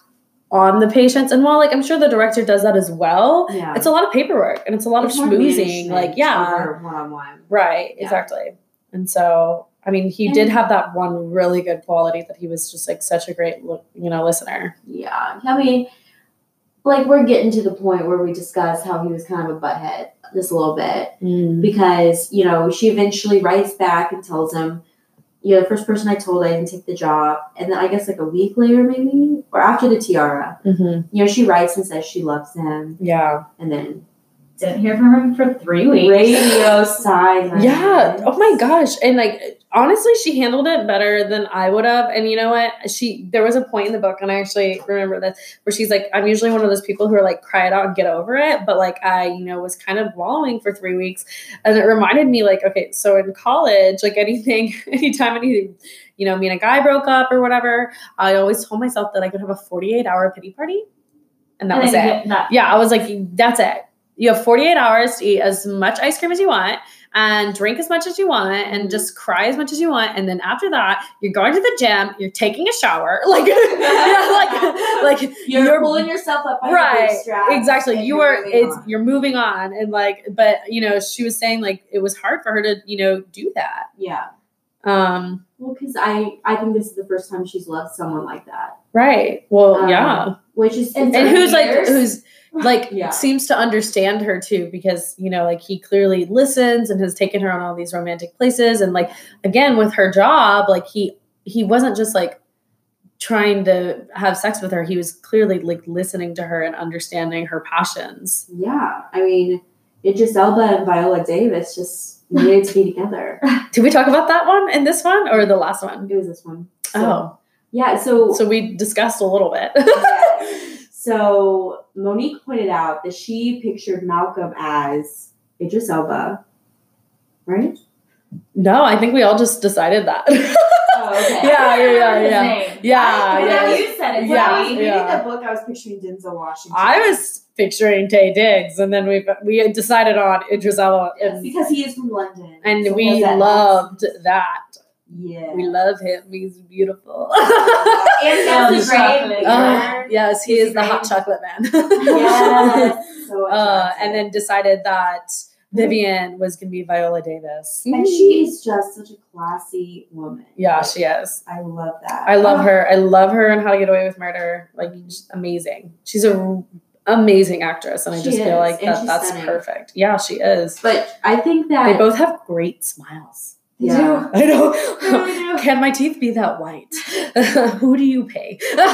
B: on the patients. And while like I'm sure the director does that as well,
A: Yeah.
B: it's a lot of paperwork and it's a lot
A: It's
B: of
A: more
B: schmoozing. Like,
A: management
B: yeah,
A: over one-on-one.
B: right,
A: Yeah.
B: exactly. And so, I mean, he
A: And-
B: did have that one really good quality that he was just like such a great, li- you know, listener.
A: Yeah. I mean, like we're getting to the point where we discuss how he was kind of a butthead just a little bit because, you know, she eventually writes back and tells him, you're the first person I told I didn't take the job. And then I guess like a week later, maybe, or after the tiara,
B: Mhm.
A: you know, she writes and says she loves him.
B: Yeah.
A: And then
C: Didn't hear from him for three weeks.
A: radio silence.
B: Yeah. Oh my gosh. And like honestly, she handled it better than I would have. And you know what? She there was a point in the book, and I actually remember this, where she's like, I'm usually one of those people who are like cry it out and get over it. But like I, you know, was kind of wallowing for three weeks. And it reminded me, like, okay, so in college, like anything, anytime anything, you know, me and a guy broke up or whatever, I always told myself that I could have a 48 hour pity party. And that
C: And
B: was
C: then
B: it.
C: you get that-
B: Yeah, I was like, that's it. You have 48 hours to eat as much ice cream as you want and drink as much as you want
A: Mm-hmm.
B: and just cry as much as you want. And then after that, you're going to the gym, you're taking a shower. Like, yeah, like, like
A: You're,
B: You're-
A: pulling yourself up by
B: Right,
A: your bootstraps.
B: exactly.
A: and
B: You
A: you're
B: are,
A: moving
B: it's,
A: on.
B: you're moving on. And like, but you know, she was saying like it was hard for her to, you know, do that.
A: yeah.
B: Um,
A: Well, because I I think this is the first time she's loved someone like that,
B: right. Well,
A: Um,
B: yeah.
A: which is
C: And
B: And who's like
C: years?
B: who's like
A: Yeah.
B: seems to understand her too because you know like he clearly listens and has taken her on all these romantic places and like again with her job like he he wasn't just like trying to have sex with her he was clearly like listening to her and understanding her passions
A: yeah. I mean, it's Elba and Viola Davis just needed to be together.
B: Did we talk about that one and this one or the last one?
A: It was this one. So-
B: Oh,
A: yeah. So
B: so we discussed a little bit.
A: so Monique pointed out that she pictured Malcolm as Idris Elba, right?
B: no, I think we all just decided that.
A: Oh, okay.
B: Yeah, yeah, yeah,
C: His
B: yeah.
C: name.
B: yeah,
A: I-
C: Well,
A: when
C: now
B: yeah.
A: I-
C: you said it.
A: When
B: Yeah,
A: I was reading
B: yeah.
A: that book, I was picturing Denzel Washington.
B: I was picturing Tay Diggs, and then we we had decided on Idris Elba,
A: Yes,
B: and,
A: because he is from London,
B: and
A: so
B: we
A: does that
B: loved that.
A: Yeah.
B: We love him. He's beautiful.
A: and he's
C: Sounds
A: a great
C: lovely.
A: leader.
B: Oh, yes, he
A: He's
B: is the hot
A: great.
B: chocolate man.
A: Yes. So
B: Uh,
A: attractive.
B: and then decided that Vivian was going to be Viola Davis.
A: Mm-hmm. and she's just such a classy woman.
B: yeah, she is.
A: I love that.
B: I love her. I love her and How to Get Away with Murder. Like, she's amazing. She's a amazing actress, and I
A: She
B: just
A: is,
B: feel like
A: and
B: that,
A: she's
B: that's
A: stunning.
B: perfect. Yeah, she is.
A: But I think that
B: They both have great smiles.
C: They
A: Yeah.
B: I
C: do.
B: know.
C: They do.
B: Can my teeth be that white? Who do you pay?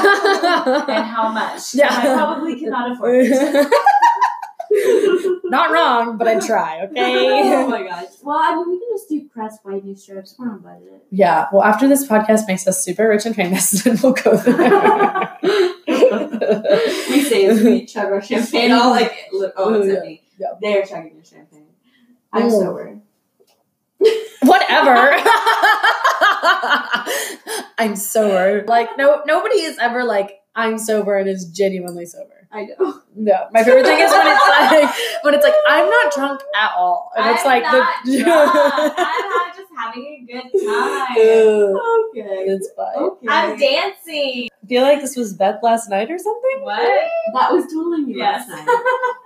C: and how much?
B: Yeah.
C: I probably cannot afford it.
B: Not wrong, but I try. Okay.
A: oh my gosh. Well, I mean, we can just do press whitening strips. We're on budget.
B: Yeah, well, after this podcast makes us super rich and famous, then we'll go there.
A: we say as we chug our champagne. All like, look, oh, it's at me.
B: Yeah.
A: They're chugging their champagne. I'm
B: Mm.
A: sober.
B: Whatever. I'm sober. Like no, nobody is ever like I'm sober and is genuinely sober.
A: I know.
B: No, my favorite thing is when it's like when it's like I'm not drunk at all, and it's
C: I'm
B: like
C: not
B: the
C: drunk. I'm not just having a good time.
B: Ugh,
A: Okay.
B: it's fun.
A: Okay.
C: I'm dancing.
B: I feel like this was Beth last night or something.
C: What?
A: that was totally me
C: Yes.
A: last night.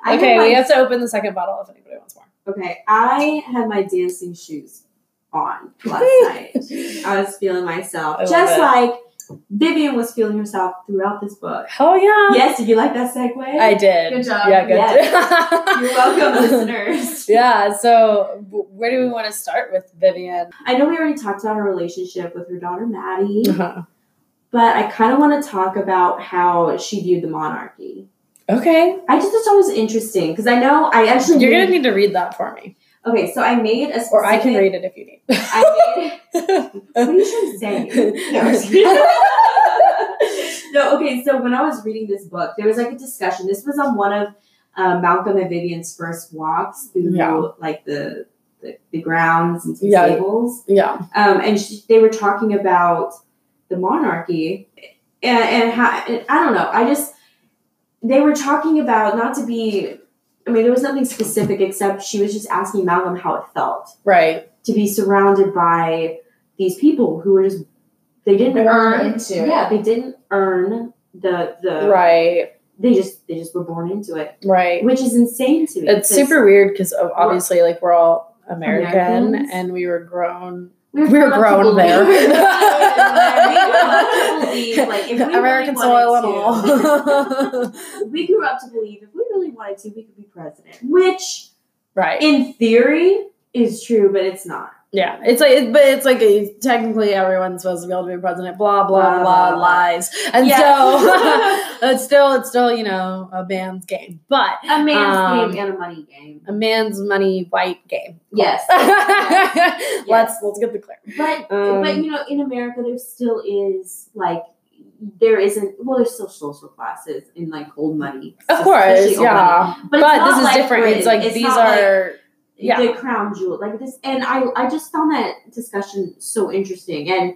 A: I had
B: okay,
A: my
B: we have to open the second bottle if anybody wants more.
A: Okay, I had my dancing shoes on last night. I was feeling myself,
B: I love
A: just
B: it.
A: like Vivian was feeling herself throughout this book.
B: Oh yeah.
A: Yes, did you like that segue?
B: I did.
C: Good job.
B: Yeah, good.
A: You're welcome, listeners.
B: yeah. So, w- where do we want to start with Vivian?
A: I know we already talked about her relationship with her daughter Maddie,
B: Uh-huh.
A: but I kind of want to talk about how she viewed the monarchy.
B: Okay,
A: I just thought it was interesting because I know I actually
B: you're gonna
A: made-
B: need to read that for me,
A: okay. So I made a specific,
B: or I can read it if you need.
A: I made What are you trying to say? No, I'm just kidding. no, okay, so when I was reading this book, there was like a discussion. This was on one of uh, Malcolm and Vivian's first walks through
B: Yeah.
A: like the, the the grounds and some
B: Yeah.
A: stables.
B: yeah,
A: Um, and she, they were talking about the monarchy and, and how, and I don't know, I just, they were talking about not to be, I mean, there was nothing specific except she was just asking Malcolm how it felt
B: right.
A: to be surrounded by these people who were just they didn't
C: Born
A: earn
C: into it.
A: yeah they didn't earn the the
B: Right,
A: they just they just were born into it
B: right.
A: which is insane to me
B: It's
A: 'cause
B: super weird because obviously, like, we're all American
A: Americans.
B: and we were grown.
A: we
B: we're
A: brought up to
B: grown
A: believe-
B: there.
A: we were brought up to believe, like, if we really
B: American soil and
A: wanted
B: all.
A: to- we grew up to believe if we really wanted to we could be president which
B: right.
A: in theory is true but it's not
B: Yeah, it's like, it, but it's like a, technically everyone's supposed to be able to be president. Blah blah
A: Blah,
B: blah,
A: blah, blah.
B: lies, and
A: Yeah.
B: so it's still it's still you know a man's game, but
A: a man's
B: Um,
A: game and a money game
B: a man's money white game.
A: yes
B: Let's let's get the clear.
A: But
B: Um,
A: but you know, in America, there still is like there isn't well, there's still social classes in like old money,
B: Of
A: especially
B: course,
A: old money.
B: yeah.
A: But,
B: But,
A: it's not
B: this is
A: like
B: different.
A: Britain.
B: It's like these
A: not like
B: are yeah.
A: the crown jewel, like this. And I I just found that discussion so interesting, and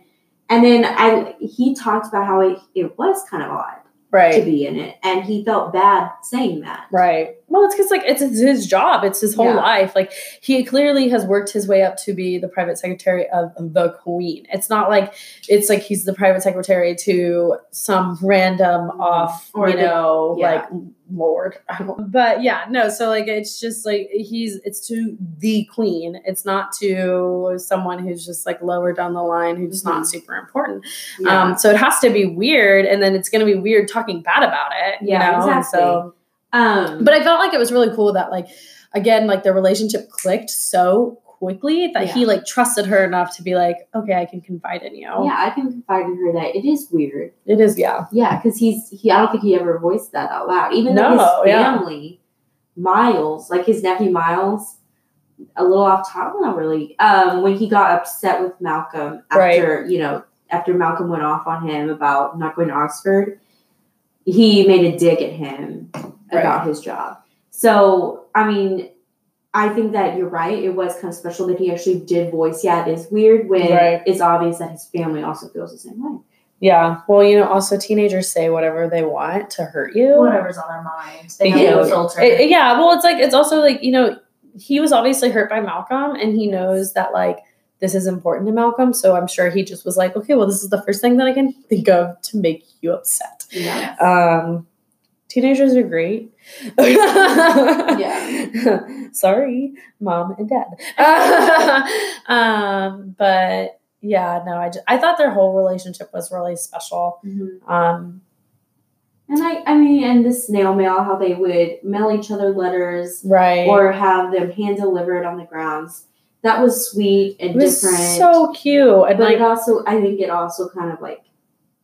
A: and then I he talked about how it, it was kind of odd to
B: right,
A: be in it, and he felt bad saying that,
B: right, Well, it's because like it's, it's his job. It's his whole
A: Yeah.
B: life. Like he clearly has worked his way up to be the private secretary of the queen. It's not like it's like he's the private secretary to some random off,
A: Mm-hmm. Or
B: you
A: the-
B: know,
A: yeah.
B: like lord. I don't- But yeah, no. So like it's just like he's it's to the queen. It's not to someone who's just like lower down the line who's not super important.
A: Mm-hmm. Yeah.
B: Um, so it has to be weird, and then it's going to be weird talking bad about it.
A: Yeah,
B: you know? And So,
A: Um,
B: but I felt like it was really cool that, like, again, like the relationship clicked so quickly that he like trusted her enough to be like, okay, I can confide in you.
A: yeah, I can confide in her that it is weird.
B: It is, yeah,
A: Yeah, because he's he. I don't think he ever voiced that out loud. Even
B: No,
A: though his
B: yeah.
A: family, Miles, like his nephew Miles, a little off top, not really. Um, when he got upset with Malcolm
B: Right.
A: after you know after Malcolm went off on him about not going to Oxford, he made a dig at him about his job. So I mean, I think that you're right. It was kind of special that he actually did voice. Yeah, it is weird when
B: Right.
A: it's obvious that his family also feels the same way.
B: yeah. Well, you know, also teenagers say whatever they want to hurt you.
C: Whatever's on their mind, they
B: Yeah.
C: have no filter.
B: It- it- yeah, well, it's like it's also like you know he was obviously hurt by Malcolm, and he knows that like this is important to Malcolm, so I'm sure he just was like, okay, well, this is the first thing that I can think of to make you upset.
A: Yeah.
B: Um, teenagers are great.
A: Yeah.
B: Sorry, mom and dad. um, but yeah, no, I just, I thought their whole relationship was really special.
A: Mhm.
B: Um,
A: And I, I mean, and the snail mail, how they would mail each other letters
B: right.
A: or have them hand delivered on the grounds. That was sweet and
B: it was
A: different.
B: so cute and
A: but
B: like
A: it also, I think it also kind of like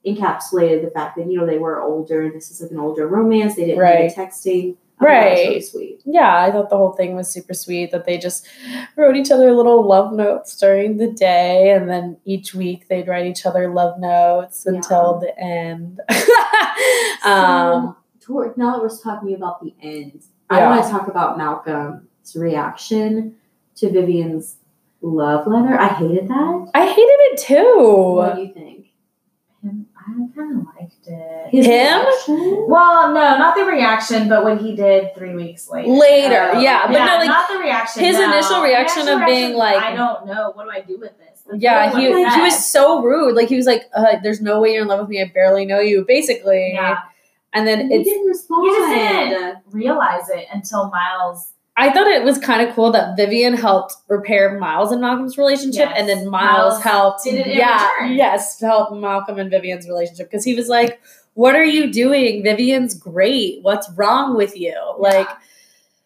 A: encapsulated the fact that you know they were older and this is like an older romance. They didn't
B: Right.
A: need the texting. I thought that was really
B: Right.
A: sweet.
B: yeah, I thought the whole thing was super sweet that they just wrote each other little love notes during the day and then each week they'd write each other love notes
A: Yeah.
B: until the end.
A: So,
B: um
A: toward, now that we're talking about the end, I
B: Yeah.
A: want to talk about Malcolm's reaction to Vivian's love letter. I hated that.
B: I hated it too.
A: What do you think?
C: Him- I kind of liked it.
A: His
B: Him?
A: reaction?
C: well, no, not the reaction, but when he did three weeks later.
B: Later,
C: Oh,
B: yeah, but no, like,
C: not the reaction.
B: his
C: no.
B: initial
C: The
B: reaction of being
C: was,
B: like-
C: "I don't know. What do I do with this?" That's
B: Yeah, he,
C: really what
B: he was
C: said.
B: so rude. Like he was like, uh, "There's no way you're in love with me. I barely know you." Basically,
C: Yeah,
B: and then
A: And he
B: it's.
A: didn't respond.
C: he just didn't realize it until Miles.
B: I thought it was kind of cool that Vivian helped repair Miles and Malcolm's relationship,
C: Yes.
B: and then Miles,
C: Miles
B: helped.
C: did it in
B: yeah,
C: return.
B: yes, help Malcolm and Vivian's relationship because he was like, "What are you doing? Vivian's great. What's wrong with you?" Like,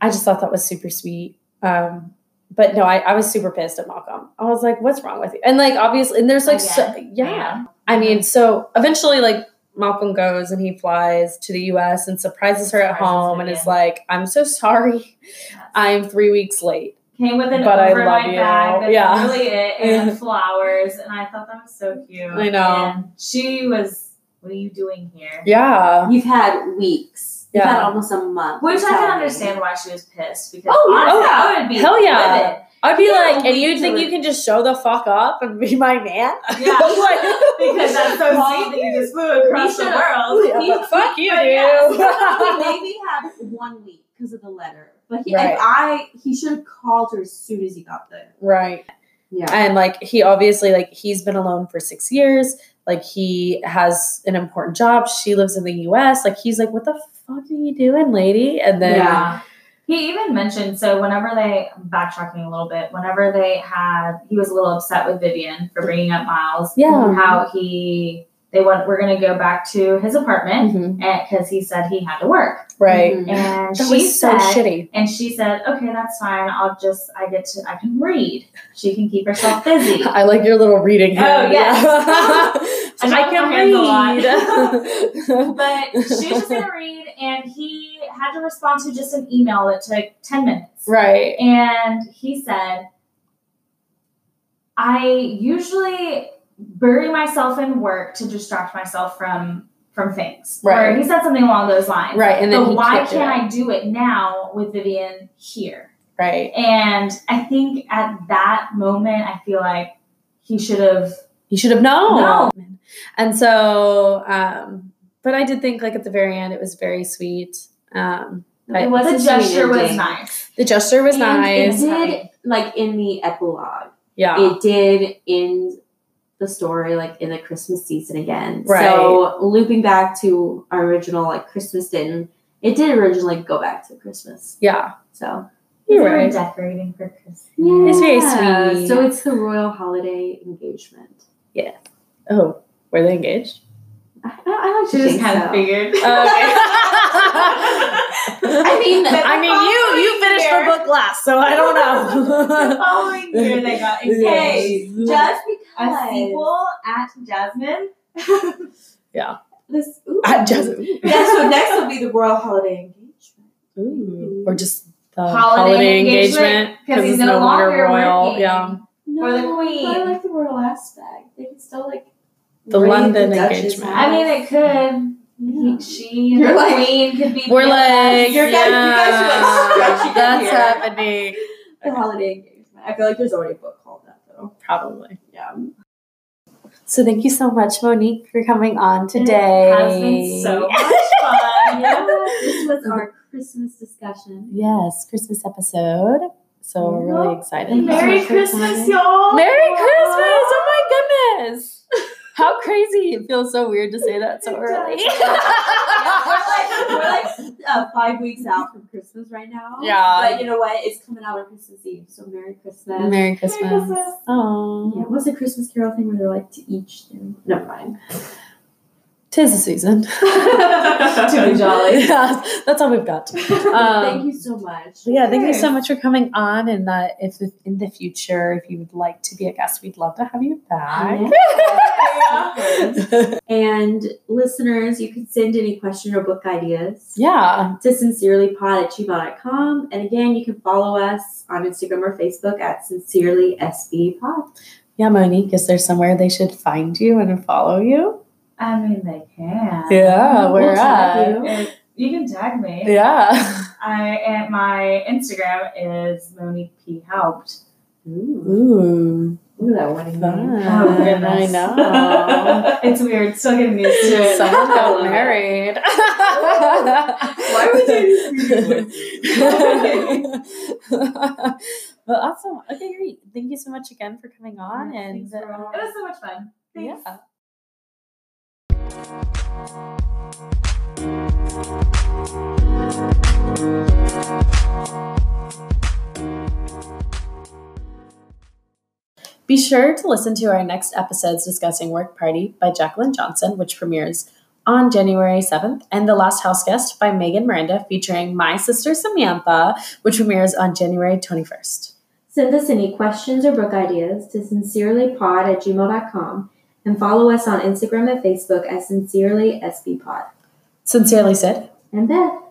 B: I just thought that was super sweet. Um, but no, I, I was super pissed at Malcolm. I was like, "What's wrong with you?" And like, obviously, and there's like, so, yeah. I mean, so eventually, like Malcolm goes and he flies to the U.S. and surprises her at
C: Surprises
B: home,
C: her,
B: and is
C: yeah.
B: like, "I'm so sorry, I'm three weeks late."
C: came with an
B: But I love
C: overnight
B: you.
C: bag. That's
B: Yeah.
C: really it, and flowers, and I thought that was so cute.
B: I know.
C: And she was. What are you doing here?
B: Yeah,
A: You've had weeks. You've
B: Yeah.
A: had almost a month.
C: Which
A: without
C: I can
A: me.
C: understand why she was pissed because
B: Oh, yeah.
C: honestly,
B: Oh,
C: I would be
B: Hell yeah.
C: livid.
B: I'd be
A: Yeah,
B: like, "And
A: we
B: you
A: do
B: think
A: it.
B: you can just show the fuck up and be my man?"
C: Yeah, because that's so
B: Well, oh,
C: sweet that you just flew across the
A: should-
C: world.
B: yeah, but fuck you,
C: But
B: dude.
A: He
C: yes.
A: maybe had one week because of the letter, but he,
B: Right.
A: if I he should have called her as soon as he got there.
B: right.
A: Yeah.
B: And like, he obviously like he's been alone for six years. Like he has an important job. She lives in the U.S. Like he's like, "What the fuck are you doing, lady?" And then
A: Yeah.
C: He even mentioned so whenever they I'm backtracking a little bit, whenever they had he was a little upset with Vivian for bringing up Miles.
B: Yeah.
C: How he they went we're gonna go back to his apartment
B: Mhm.
C: because he said he had to work
B: right.
A: Mhm.
C: and
B: Mm-hmm. That
C: Mm-hmm. she
B: was so
C: said
B: shitty.
C: and she said okay that's fine I'll just I get to I can read she can keep herself busy
B: I like your little reading. hand.
C: Oh, yes.
B: And I can
C: Hands a
B: read.
C: but she was just gonna read and he had to respond to just an email that took 10 minutes
B: right.
C: and he said i usually bury myself in work to distract myself from from things
B: Right.
C: or he said something along those lines
B: Right. And then
C: but
B: he
C: why
B: kicked it out.
C: can't i do it now with vivian here
B: Right.
C: and i think at that moment i feel like he should have
B: You should have known.
C: No.
B: And so, um, but I did think like at the very end, it was very sweet. Um, Right.
A: It was
C: the
A: a
C: gesture
A: sweet
C: was
A: ending.
C: nice.
B: The gesture was
A: And
B: nice.
A: It did like in the epilogue.
B: yeah.
A: It did end the story like in the Christmas season again.
B: Right.
A: So looping back to our original like Christmas didn't it did originally go back to Christmas.
B: yeah.
A: So
B: You're
C: They were
B: right.
C: Decorating for Christmas.
B: It's very
A: Yeah.
B: sweet.
A: So it's the royal holiday engagement.
B: Oh, were they engaged?
A: I, I, I like
C: She
A: to
C: just
A: think
C: kind
A: so.
C: of figured.
B: I
A: I mean,
B: I mean, you you finished the book last, so I don't
C: the
B: know.
C: following year they got engaged.
B: Yeah.
A: just
C: A
A: because
C: sequel at Jasmine.
A: This, ooh.
B: I just
A: Yeah, so next will be the royal holiday engagement.
B: Ooh. or just the
C: Holiday
B: holiday, engagement
C: engagement, 'cause he's
B: it's
C: no
B: no longer
C: longer
B: royal.
C: working.
B: Yeah,
A: No,
C: Or the
A: I
C: queen.
A: like the royal aspect. They can still like
B: The
A: raid
B: London
A: Dutch's
B: engagement.
A: house.
C: I mean, it could.
A: Yeah.
C: She,
A: You're
C: the
A: like-
C: queen, could be.
B: we're like
A: Your guys- you guys are, like,
B: yeah,
A: stretching
B: that's
A: here.
B: happening
A: the holiday engagement. I feel like there's already a book called that though.
B: probably.
A: Yeah.
B: So thank you so much, Monique, for coming on
C: today. has been so much fun.
A: yeah, this was our Christmas discussion.
B: yes, Christmas episode. So we're really excited.
A: Thank you.
B: about it.
C: Merry Christmas, y'all.
B: Merry Christmas! Oh my goodness! How crazy! It feels so weird to say that so early.
A: Yeah, we're like, we're like uh, five weeks out from Christmas right now.
B: Yeah.
A: But you know what? It's coming out on Christmas Eve, so Merry Christmas.
B: Merry
C: Merry
B: Christmas.
C: Christmas.
A: Yeah,
B: Oh,
A: what's the Christmas Carol thing where they're like to each their never mind.
B: tis the season.
C: To be jolly.
B: Yeah, that's all we've got. Um,
A: Thank you so much.
B: But yeah, thank you
C: Sure.
B: so much for coming on. And that if if in the future, if you would like to be a guest, we'd love to have you back.
A: And listeners, you can send any question or book ideas
B: yeah.
A: to sincerelypod at gmail.com. And again, you can follow us on Instagram or Facebook at sincerelysbpod.
B: Yeah, Monique, is there somewhere they should find you and follow you?
C: I mean, they can.
B: Yeah,
A: We'll
B: where
A: tag
B: at?
A: you.
C: If- You can tag me.
B: Yeah.
C: I and my Instagram is Monique P. Haupt.
A: Ooh,
B: Ooh.
A: ooh, that one again.
C: Oh,
B: Fun. I
C: goodness.
B: know.
C: Uh, it's weird. Still getting used to it.
B: Someone got
A: Hello.
B: married.
A: Why
B: Why
A: would you
B: well, awesome. Okay, great. Thank you so much again for coming on. and uh,
A: Thanks for all-
C: It was so much fun. Thanks.
B: yeah. Be sure to listen to our next episodes discussing Work Party by Jacqueline Johnson, which premieres on January 7th, and The Last House Guest by Megan Miranda, featuring my sister Samantha, which premieres on January 21st.
A: Send us any questions or book ideas to sincerelypod at gmail.com and follow us on Instagram and Facebook at sincerelysbpod.
B: Sincerely, Sid.
A: And Beth.